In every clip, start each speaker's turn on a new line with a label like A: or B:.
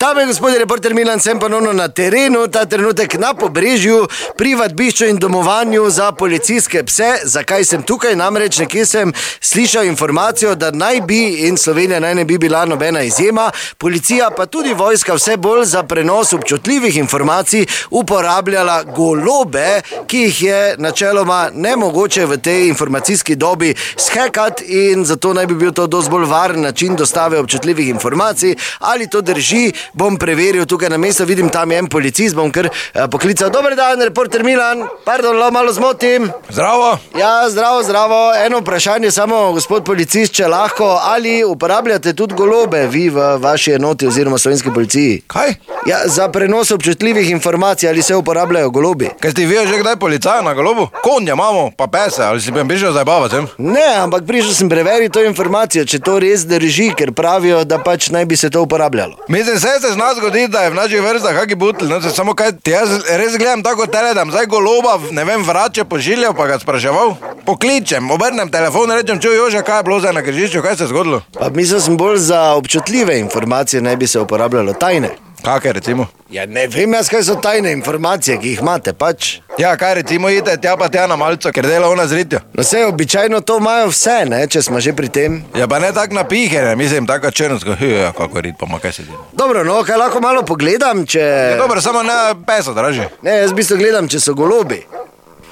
A: Tam je gospod reporter Milan, sem ponovno na terenu, ta trenutek na pobrežju, pri vadbišču in domovanju za policijske pse. Zakaj sem tukaj? Namreč nekje sem slišal informacijo, da naj bi in Slovenija naj ne bi bila nobena izjema, policija pa tudi vojska vse bolj za prenos občutljivih informacij uporabljala golobe, ki jih je načeloma nemogoče v tej informacijski dobi skekati in zato naj bi bil to dosti bolj varen način dostave občutljivih informacij. Ali to drži? bom preveril tukaj na mestu, vidim tam je en policist, bom kar eh, poklical. Dober dan, reporter Milan, pardon, lo malo zmotim.
B: Zdravo,
A: Ja, zdravo, zdravo. Eno vprašanje samo, gospod policist, če lahko, ali uporabljate tudi golobe vi v vaši enoti oziroma slovenski policiji?
B: kaj?
A: Ja, za prenos občutljivih informacij ali se uporabljajo golobi?
B: Kaj ti veš, že kdaj policaja na golobu? Konja imamo, pa pese, ali si bom prišel zabavati sem?
A: Ne, ampak prišel sem preveriti to informacijo, če to res drži, ker pravijo, da pač naj bi se to uporabljalo.
B: Mislim, se se zna zgoditi, da je v naših vrstah kaki butl, ne, se samo kaj ti jaz res gledam tako tele, da bom zdaj goloba, v- ne vem, vrače pošiljal, pa ga spraševal. Pokličem, obrnem telefon, rečem, čuj Jože, kaj je bilo zdaj na križišču, kaj se je zgodilo?
A: Pa mislil sem bolj za občutljive informacije, naj bi se uporabljalo tajne.
B: Kakaj recimo?
A: Ja, ne vem jaz, kaj so tajne informacije, ki jih imate pač.
B: Ja, kaj recimo, idete tja pa tja na malco, ker dela ona zritjo.
A: No, vse običajno to imajo vse, ne, če smo že pri tem.
B: Ja, pa ne tako napihene, mislim, tako črnsko, hej, kako rit, pa ma kaj se dela.
A: Dobro, no, kaj lahko malo pogledam, če.
B: Ja, dobro, samo ne pesa, draži.
A: Ne, jaz v bistvu gledam, če so golobi.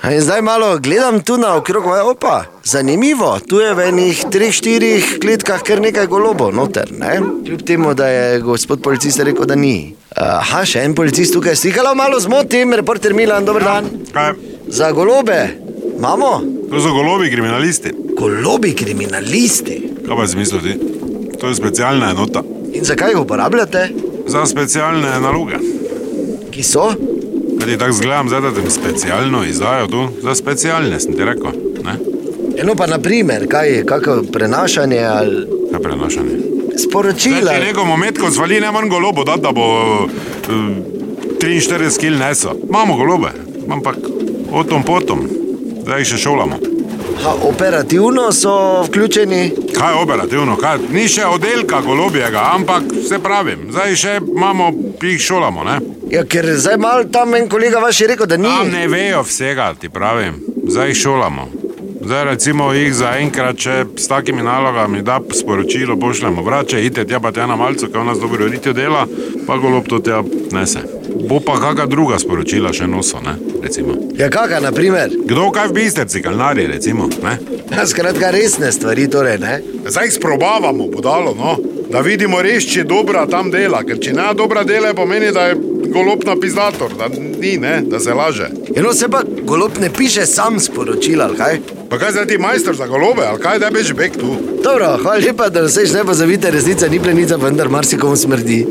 A: A In zdaj malo gledam tu na okrog, opa, zanimivo, tu je v enih treh, štirih kletkah kar nekaj golobov noter, ne? Kljub temu, da je gospod policist rekel, da ni. Aha, še en policist tukaj stikala, malo zmotim, reporter Milan, dober dan.
C: Kaj?
A: Za golobe imamo?
C: To so golobi kriminalisti.
A: Golobi kriminalisti.
C: Kaj pa si mislil ti? To je specialna enota
A: In zakaj jih uporabljate?
C: za specialne naloge.
A: Ki so?
C: Kaj ti tako zgledam, zdaj da ti specialno izdajo tu? Za specialne sem ti rekel, ne?
A: Eno pa naprimer, kaj je, kakšno prenašanje ali
C: Kaj prenašanje? Zdaj,
A: sporočila.
C: če neko moment, ko zvali, ne manj golobo, da, da bo eh, 43 kil neso. Imamo golobe, ampak otom potom, zdaj jih še šolamo.
A: Ha, operativno so vključeni.
C: Kaj je operativno, kaj? ni še oddelka golobjega, ampak se pravim, zdaj še imamo, jih šolamo, ne?
A: Ja, ker zdaj malo tam en kolega vaš je rekel, da ni.
C: Tam ne vejo vsega, ti pravim, zdaj jih šolamo. Zdaj, recimo, jih zaenkrat, če s takimi nalogami da sporočilo, pošljemo vrače, idite tja pa tja na malce, kaj v nas dobro ritijo dela, pa golob to tja nese. Bo pa kakšna druga sporočila še noso, ne? Recimo.
A: Ja, kaka, na primer.
C: Kdo kaj v bistrci, kalnari, recimo, ne?
A: Ja, skratka, resne stvari, torej ne.
C: Zdaj jih sprobavamo, podalo, no? da vidimo res, če dobra tam dela, ker če ne dobra dela, pomeni, da je golob napisator, da ni, ne? da se laže.
A: Eno Ja, no, se pa golob ne piše sam sporočila, ali kaj?
C: Pa kaj zdaj ti majster za golobe, ali kaj da beži bek tu?
A: Dobro, hvala lepa, da vseš ne pozavite, resnica ni plenica, vendar marsikomu smrdi.